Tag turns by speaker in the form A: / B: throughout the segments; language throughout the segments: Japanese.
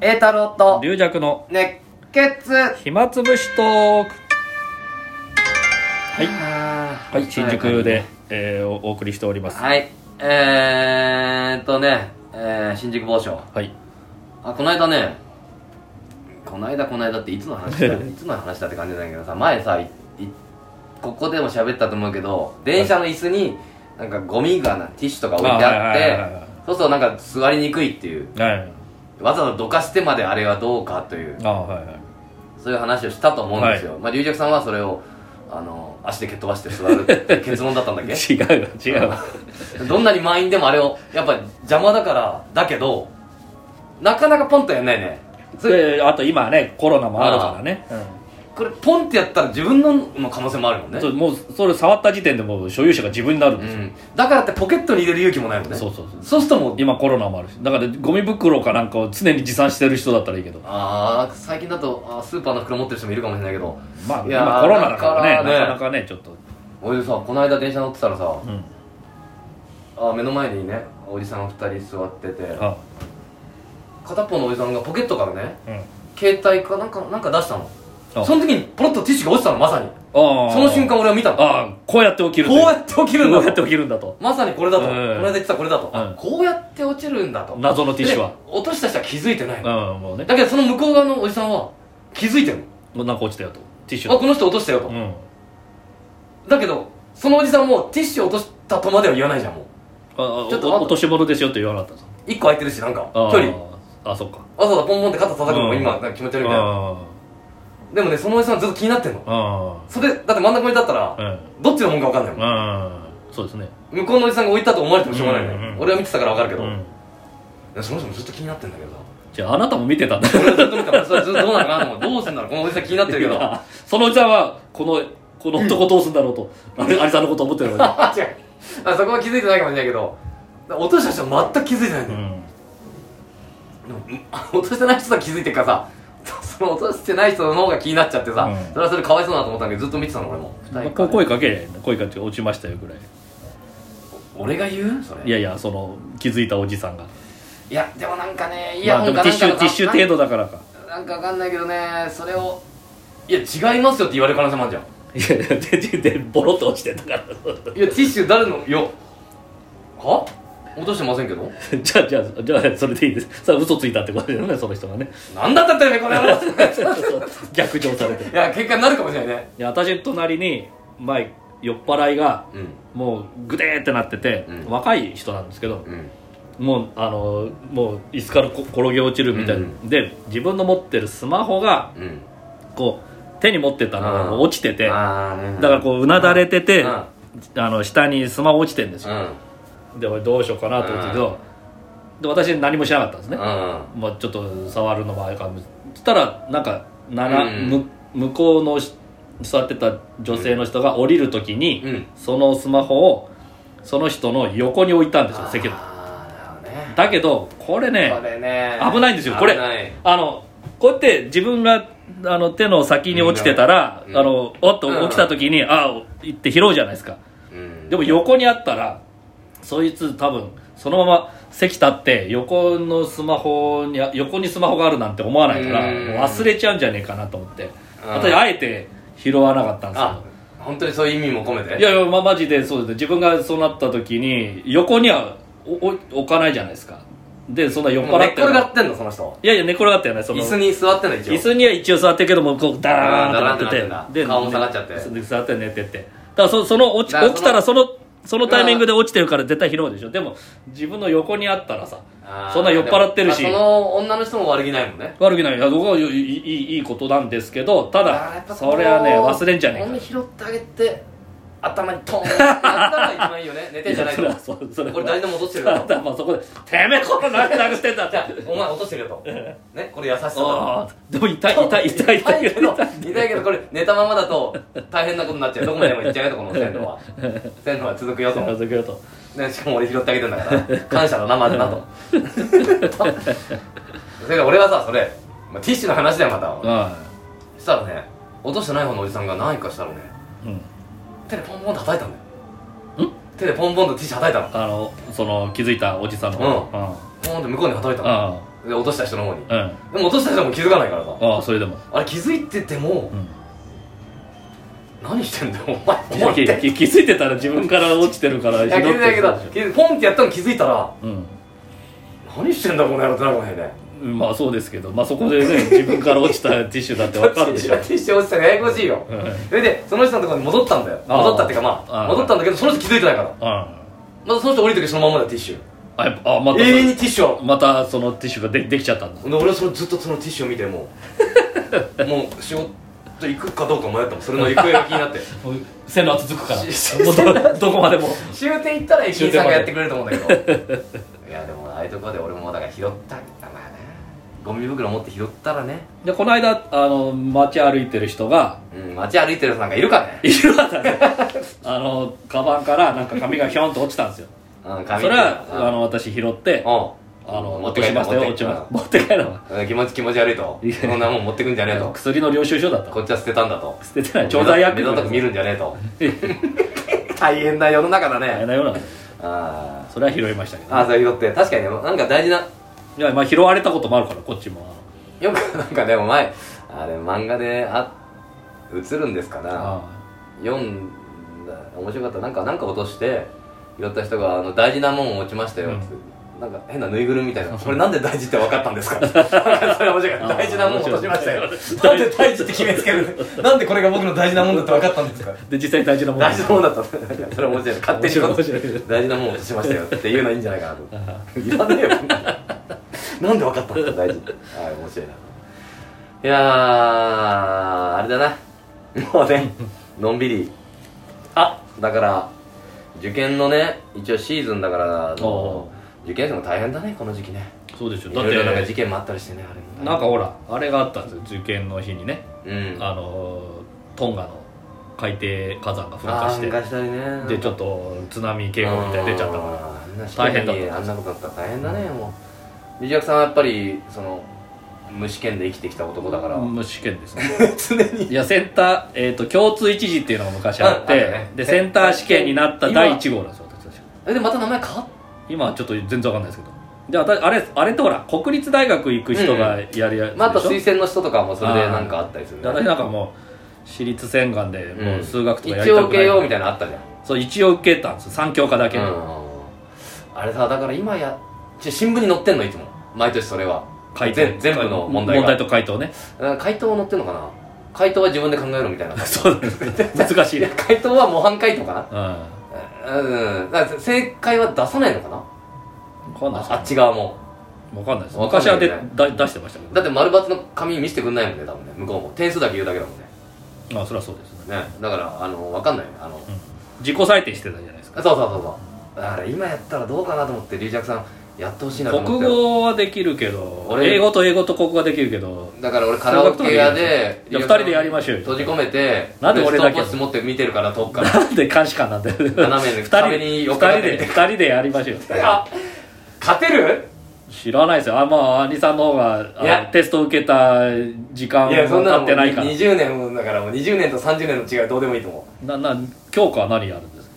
A: 栄太郎と
B: 龍弱の
A: 熱血
B: 暇つぶしトークはい、
A: は
B: はい、新宿で、えーおお送りしておりますは
A: はいえーっとね、えー新宿某所
B: い
A: あこの間ねこの間この間っていつの話 だいつの話だって感じなんだけどさ前さいいここでも喋ったと思うけど電車の椅子になんかゴミがなティッシュとか置いてあっ
B: あはいはいはいはい
A: てそうするとなんか座りにくいっていう
B: はい
A: わざわざどかしてまであれはどうかという
B: あはいはい
A: そういう話をしたと思うんですよ、まあ龍尺さんはそれをあの足で蹴っ飛ばして座るっていう結論だったんだっけ
B: 違うよ 違うよ
A: どんなに満員でもあれをやっぱ邪魔だからだけどなかなかポンとやんないねそれ
B: であと今ねコロナもあるからね、
A: これポンってやったら自分のの可能性もあるもん
B: う
A: ね
B: んそうもうそれ触った時点でもう所有者が自分になるん
A: う
B: ですよ、
A: ん、だからってポケットに入れる勇気もないもんね
B: そうそうそう
A: そうするともう
B: 今コロナもあるしだからゴミ袋かなんかを常に持参してる人だったらいいけど
A: ああ最近だとあースーパーの袋持ってる人もいるかもしれないけど
B: まあ
A: いやー
B: 今コロナだからね
A: だからね
B: なかなかねちょっと、
A: 俺さこの間電車乗ってたらさ
B: うん、
A: あー目の前にねおじさん2人座ってて
B: あ、
A: 片方のおじさんがポケットからね
B: うん、
A: 携帯かなんかなんか出したの
B: あ
A: その時にポロッとティッシュが落ちたのまさに
B: あー
A: その瞬間俺は見たのこ
B: ああこうやって起きるという
A: やって起きるん
B: こうや
A: だ
B: って
A: と
B: 起きるんだと
A: まさにこれだと、
B: うん
A: この間言ってたこれだと、
B: うん
A: あこうやって落ちるんだと
B: 謎のティッシュは
A: で落とした人は気づいてない、
B: うん
A: だ
B: もうね
A: けどその向こう側のおじさんは気づいてる
B: なんか落ちたよとティッシュ
A: のあ
B: だ
A: この人落としたよと、
B: うん
A: だけどそのおじさんもティッシュ落としたとまでは言わないじゃんもう
B: ああ
A: ちょっと
B: お
A: あと
B: 落とし物ですよって言わなかったぞ
A: 1個空いてるしなんか
B: あー
A: 距離
B: あそっか
A: わざわざポンポンって肩叩くのも
B: うん
A: 今なんか気持ち悪いみたいな
B: あ
A: でもねそのおじさんずっと気になってんの
B: ああ
A: それだって真ん中に立ったら
B: あうん
A: どっちのもんか分かんないもん
B: うんそうですね
A: 向こうのおじさんが置いたと思われてもしょうがないね、
B: うんうん
A: 俺は見てたから分かるけ
B: う
A: ど、い
B: ん
A: やその人もずっと気になってんだけどさ
B: じゃああなたも見てたんだ
A: 俺はずっと見てたからそれずっとどうなのかなと思ってどうすんだろうこのおじさん気になってるけどあ
B: そのおじさんはこのこの男どうすんだろうとあれ有 さんのこと思ってるのに
A: 違うあそこは気づいてないかもしれないけど落とした人は全く気づいてないん
B: う
A: だよ、
B: ん
A: でもあ落としてない人は気づいてるからさ そその落としてない人の方が気になっちゃってさ、
B: うん
A: それはそれかわいそうだなと思ったんだけどずっと見てたの俺も
B: まあ
A: 二人
B: こう声かけりゃいいね声かけて落ちましたよぐらい
A: 俺が言うそれ
B: いやいやその気づいたおじさんが
A: いやでもなんかねイ
B: ま
A: ヤ
B: あ
A: ホ
B: で
A: ン
B: も
A: か
B: テ
A: な
B: ィッ
A: ん
B: シ
A: か
B: ュティッシュ程
A: 度
B: 度だからか
A: なんか分かんないけどねそれをいや違いますよって言われる可能性もあるじゃん
B: いやいやでででボロっと落ちてたから
A: いやティッシュ誰のよは落としてませんけど
B: じゃあじゃあじゃあそれでいいですそれは嘘ついたってことだよねその人がね
A: なんだったってめえこの野郎
B: 逆上されて
A: いや結果になるかもしれないね
B: で私の隣に前酔っ払いが
A: うん
B: もうグデーってなってて、
A: うん
B: 若い人なんですけど
A: うん
B: もうあのもう椅子からこ転げ落ちるみたい
A: う
B: な、
A: んう
B: で自分の持ってるスマホが
A: うん
B: こう手に持ってたのがもう落ちててだ
A: ああね
B: からこううなだれてて、
A: うん
B: あの下にスマホ落ちてるんです
A: う
B: よ、
A: ん
B: で俺どうしようかなと思ったけど、で私何もしなかったんですね、
A: うん
B: まあ、ちょっと触るのもあれかもそしたらなんかなら、
A: うん
B: む向こうのし座ってた女性の人が降りる時に、
A: うん
B: そのスマホをその人の横に置いたんですよ席の
A: ああなるほどね
B: だけどこれね
A: これね
B: 危ないんですよこれ
A: 危ない
B: あのこうやって自分があの手の先に落ちてたら、
A: うん
B: あのおっと
A: うん
B: 起きた時に、ああ行って拾うじゃないですか
A: うん
B: でも横にあったらそいつ多分そのまま席立って横のスマホにあ横にスマホがあるなんて思わないからも
A: う
B: うん忘れちゃうんじゃねえかなと思って
A: うん
B: 私あえて拾わなかったんです
A: あ
B: よ
A: 本当にそういう意味も込めて
B: いやいや、ま、マジでそうですね自分がそうなった時に横にはおお置かないじゃないですかでそんな酔っ
A: もう寝
B: 払
A: っ
B: ってる
A: 転がってんのその人
B: いやいや寝転がってはないその
A: 椅子に座ってんの一応
B: 椅子には一応座ってるけどもこうダー
A: うん
B: ンってな
A: ダ
B: っ
A: ーンってなって
B: て
A: んだ
B: て
A: 顔も下がっちゃって
B: で座って寝ててだからそその落ち
A: だからそ
B: 起
A: の
B: きたらそのそのタイミングで落ちてるから絶対拾うでしょでも自分の横にあったらさ
A: あー
B: そんな酔っ払ってるし
A: でもまあその女の人も悪気ないもんね
B: 悪気ないいや僕はいいいいいいことなんですけどた
A: あーやっぱ
B: だ
A: こう
B: それはね忘れんじゃねえ
A: ゴ
B: か
A: ミ拾ってあげて頭に トーンってやったら一番いいよね寝てんじゃない
B: そ
A: と
B: れはそうそれは
A: これ誰でも落としてるよ
B: た
A: と
B: だまあそこで「てめえこの何で殴ってんだ」って
A: お前落としてるよとねこれ優しさだ
B: あーでも痛い痛い痛い痛い
A: け ど痛いけどこれ寝たままだと大変なことになっちゃうどこまでも行っちゃうよとこの線路は線路は続くよと、
B: あそういうこと
A: ね、しかも俺拾ってあげてんだから感謝だなまずなと それで俺はさそれ、まあ、ティッシュの話だよまた
B: あ
A: そしたらね落としてない方のおじさんが何かしたらね
B: ーうん
A: 手でポンポンと叩いたんだよ手でポンポンとティッシュ叩いたの
B: あのその気づいたおじさんの
A: ポンと向こうに叩いたの
B: ああ
A: で落とした人の方に
B: うんあ
A: でも落とした人も気づかないからさ
B: あそれでも、
A: あれ気づいてても
B: うん、
A: 何してんだよお前
B: い
A: 思
B: や
A: っ
B: 気
A: て
B: づ気づいてたら自分から落ちてるか ら
A: いや気づいたけど
B: 拾って
A: 気づポンってやったの気づいたら
B: るうん
A: 何してんだこの野郎ってなるかもね
B: うんまあそうですけどまあそ こでね自分から落ちたティッシュだってわかるでしょ
A: ティッシュ 落ちたらややこしいよ
B: うんうん
A: それでその人のところに戻ったんだよ
B: あー
A: 戻ったっていうかまあ
B: あー
A: 戻ったんだけどその人気づいてないから
B: あ
A: またその人降りてくるそのままだよティッシュ
B: やっぱあまた、
A: 永遠にティッシュを
B: またそのティッシュがでできちゃったんだ
A: で俺はそのずっとそのティッシュを見ても うもう仕事行くかどうか迷ったもんそれの行方が気に なって
B: 線路は続 くから
A: し
B: もうどどこまでも
A: 終点行ったら駅員さん
B: 終点ま
A: が
B: で
A: やってくれると思うんだけどいやでもああいうとこで俺もだから拾ったんだまあねゴミ袋持って拾ったらね
B: でこの間あの街歩いてる 人が
A: うん街歩いてる人なんかいるからね
B: いるわだねあのカバンからなんか紙がひょんと落ちたんですよ
A: うん
B: そ
A: 紙
B: れはあ
A: うん
B: の私拾ってあの
A: 持っ
B: 落
A: て帰
B: とし
A: った
B: ましたよ
A: 持
B: 落
A: って
B: ち
A: 帰っ
B: ま
A: た
B: した持って帰る
A: うんうん気持ち気持ち悪いと
B: いや
A: こんなもん持ってくんじゃねえ
B: の
A: と
B: 薬の領収書だった
A: こっちは捨てたんだと
B: 捨ててない調剤薬
A: 目立たく見るんじゃねえと 大変な世の中だ
B: あれ
A: ね
B: だよな
A: あ
B: それは拾いましたけ
A: ー
B: ど、
A: あーそれ拾って確かにねなんか大事ない
B: やまあ拾われたこともあるからこっちも
A: よく なんかでも前あれ漫画であ映るんですか
B: あの
A: な
B: あ
A: 読んだ面白かったなんかなんか落として拾った人があの大事なもん落ちましたよ、
B: うん
A: なんか変なぬいぐるみみたい な「これなんで大事って分かったんですか? 」なんかそれ面白かった
B: あー
A: 大事なもん落としましたよ
B: 面
A: なんで大事って決めつけるなんでこれが僕の大事なもんだって分かったんですか
B: で実際に大事なもの
A: 大事なもんだったんだそれ面白い勝手にこ
B: 面白い面白い
A: 大事なもん落としましたよっていうのいいんじゃないかなとい らねえよなんで分かったんですか大事はい面白いないやーあれだなもうねのんびりあだから受験のね一応シーズンだからあの
B: お
A: 受験生も大変だねこの時期ね
B: そうでしょ
A: い
B: だっ
A: ろいろなんか事
B: て
A: 件もあったりしてねあれも
B: なんかほらあれがあったんですよ受験の日にね、
A: うん
B: あのトンガの海底火山が噴
A: あ
B: 火し
A: ー
B: て
A: 噴火したりね
B: でちょっと津波警報みたいに出ちゃったから
A: 大
B: 大
A: 変だ
B: 変
A: った
B: だった
A: あんなことだったら大変だね、もう藤役さんはやっぱりその無試験で生きてきた男だから、
B: 無試験ですね
A: 常に
B: いやセンター、えー、と共通一次っていうのが昔あ
A: うん
B: って、
A: あったね
B: でセンター試験になった第1号なんですよ私たち
A: えでまた名前変わっ
B: 今はちょっと全然わかんないですけどで私あれあれってほら国立大学行く人がやるやつでしょ、
A: また推薦の人とかもそれでなんかあったりする
B: で私なんかもう私立洗顔でもう数学とかやり
A: 一
B: た
A: 応
B: く
A: 受
B: な
A: け
B: い、
A: ようみたいなのあったじゃん、
B: そう一応受けたんです3教科だけ、
A: うん、あれさだから今やち新聞に載ってんのいつも毎年それは
B: 回答
A: 全全部の問題が
B: と回答ね
A: うん回答載ってんのかな回答は自分で考えろみたいな
B: そうです難しい
A: い
B: ね
A: や回答は模範回答かな
B: うん
A: うんだから正解は出さないのかな
B: 分かんないです
A: あっち側も
B: わかんないです
A: わかん
B: 昔
A: ない
B: は
A: ね
B: でだ出してましたけど
A: だって丸抜の紙見せてくんないもんね多分ね向こうも点数だけ言うだけだもんね
B: まあそれはそうですね
A: ねだからあの分かんないよねあの、
B: 自己採点してたじゃないですか
A: そうそうそうそうだから今やったらどうかなと思って龍尺さんやってほしいなと思っ
B: 国
A: て
B: 語はできるけど
A: 俺
B: 英語と英語と国語はできるけど
A: だから俺カラオケ屋で
B: いや二人でやりましょうよ
A: 閉じ込めて
B: なんで俺だけ
A: ストップウォッチ持って見てるから遠くから
B: なんで監視官なんだよ
A: 斜めに
B: 二
A: 壁
B: 人
A: に
B: 二
A: 横
B: 人
A: かけて
B: で二人でやりましょう
A: あ勝てる
B: 知らないですよあまあ兄さんの方があの
A: いや
B: テスト受けた時間
A: いやそんな
B: は
A: の
B: 経っ
A: もう
B: てないから
A: 20年もだからもう20年と30年の違いはどうでもいいと思
B: なな教科は何やるんですか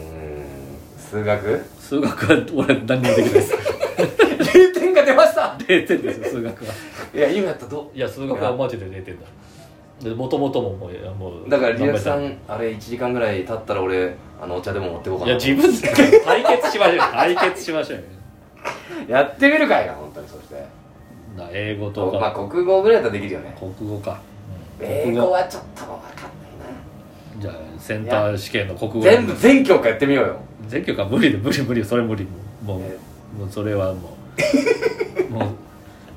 A: ううーん数 学
B: 数学は俺何もできないです
A: 0点が出ました
B: 0点ですよ数学はい
A: や今やったらどう
B: いや数学はマジで0点だでもともとももういやもう
A: だからリアクさ
B: い
A: んあれ1時間ぐらい経ったら俺あのお茶でも持ってこうかな
B: や自分で 対決しましょう対決しましょうよ
A: やってみるかいな本当にそして
B: な英語と
A: まあ
B: か
A: 国語ぐらいだったらできるよね
B: 国語か、うん
A: 英語はちょっと分かん
B: じゃあセンター試験の国語
A: ないな全部全教科やってみようよ
B: 全教科無理で無理無理それ無理もうもう
A: え
B: もうそれはもうもう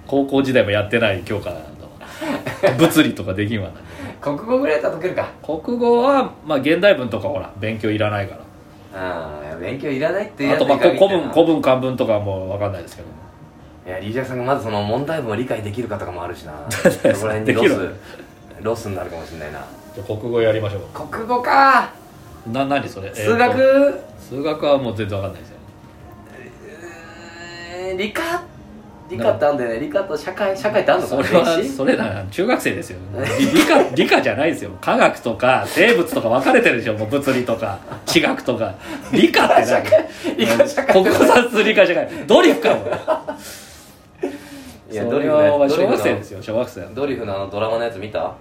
B: 高校時代もやってない教科の物理とかできんわな
A: 国語ぐらいだったら解けるか
B: 国語はまあ現代文とかほら勉強いらないから
A: ああ勉強いらないって
B: あ
A: やつ
B: と
A: に
B: まあ
A: 限
B: 古
A: って
B: 文古文漢文とかはもう分かんないですけど
A: いやリージャクさんがまずその問題文を理解できるかとかもあるし なそこら辺に
B: で
A: ロ
B: きる
A: スロスになるかもしれないな
B: じゃあ国語やりましょう
A: 国語か
B: な何それ
A: 数
B: えーと
A: 学
B: 数学はもう全然分かんないですよ
A: えー理科理科ってあんだよね理科と社会社会ってあんのか
B: そ
A: な
B: れは
A: 歴史
B: それな中学生ですよ理理科理科じゃないですよ科学とか生物とか分かれてるでしょもう物理とか地学とか理科って何
A: 理科社会
B: 国語算数理科じゃないドリフかも
A: いや
B: そ
A: ドリ
B: れ
A: フのやつ
B: はお前
A: ドリ
B: 小
A: フの
B: 学生ですよ小学生
A: ドリフのあのドラマのやつ見た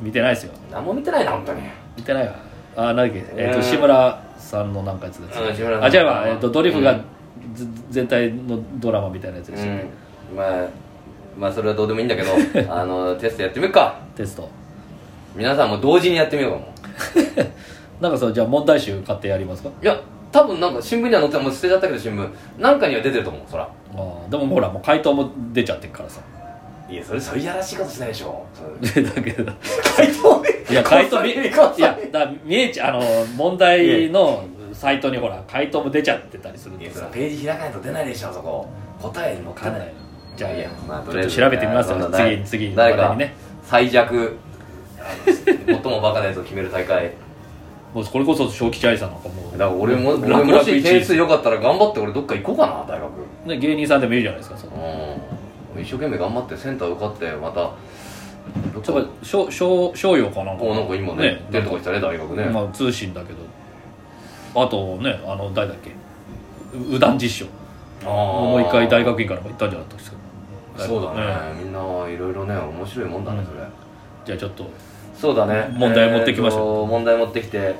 B: 見てないですよ
A: 何も見てないな本当に
B: 見てないわあなんだっけ、えっ
A: う
B: と
A: ん
B: 志村さんのなんかやつです
A: うん志村さん
B: あじゃあ、えっとドリフ
A: う
B: が
A: ん
B: ず、全体のドラマみたいなやつですよね、
A: うんまあまあそれはどうでもいいん だけどあのテストやってみるか
B: テスト
A: 皆さんも同時にやってみようかも
B: なんかそうじゃあ問題集買ってやりますか
A: いや多分なんか新聞には載ってたもう捨てちゃったけど新聞なんかには出てると思うそら
B: あーでもほらもう回答も出ちゃってる からさ
A: いやそれそういうやらしいことし ないでしょそれ
B: だけど
A: 回答で
B: いや回答みい
A: 見
B: や
A: かいや
B: だ見えちゃうあの問題のサイトにほら回答も出ちゃってたりするん
A: い
B: で
A: や
B: す
A: そ
B: よ
A: のページ開かないと出ないでしょそこ答えに載っ
B: 分
A: て
B: かん
A: な
B: ない
A: い
B: じゃあ
A: いやまあと
B: ちょ
A: り
B: っ
A: あえ
B: と
A: ず
B: 調べてみます
A: いや
B: よ
A: そんな
B: 次次の
A: 誰
B: 話題
A: か
B: にね
A: 最弱あの最もバカなやつを決める大会
B: もうこれこそ正吉愛さんなんかもう
A: だから俺も
B: 楽々
A: 俺も
B: 一
A: し
B: 位
A: 点数良かったら頑張って俺どっか行こうかな大学
B: ね芸人さんでもいるじゃないですかその
A: うん一生懸命頑張ってセンター受かってまたどっ
B: ちょっ
A: か
B: としょしょ商用かなんか
A: おなんか今ね出るとこ行ったね大学ね、
B: まあ通信だけどあとねあの誰だっけう右段実証
A: あー
B: もう一回大学院からも行ったんじゃなかったですか
A: そうだね、みんないろいろね面白いもんだね、
B: うん
A: それ
B: じゃあちょっと
A: そうだね
B: 問題持ってきましょう
A: えーと問題持ってきて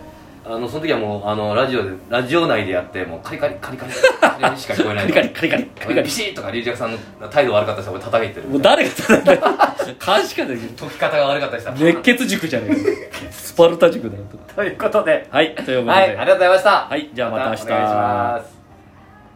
A: あのその時はもうあのラジオでラジオ内でやってもうカリカリカリカリカリしか聞こえな
B: カ
A: い
B: リカリカリカリカリカ
A: ビ
B: リ
A: シッとかリージャクさんの態度悪かったし俺叩いてる
B: もう誰が叩いた 監視官だよ
A: 解き方が悪かったりした
B: 熱血塾じゃねえかスパルタ塾だよ
A: ということで
B: はいということ
A: は
B: で
A: いありがとうございました
B: はいじゃあまた明日
A: お願いします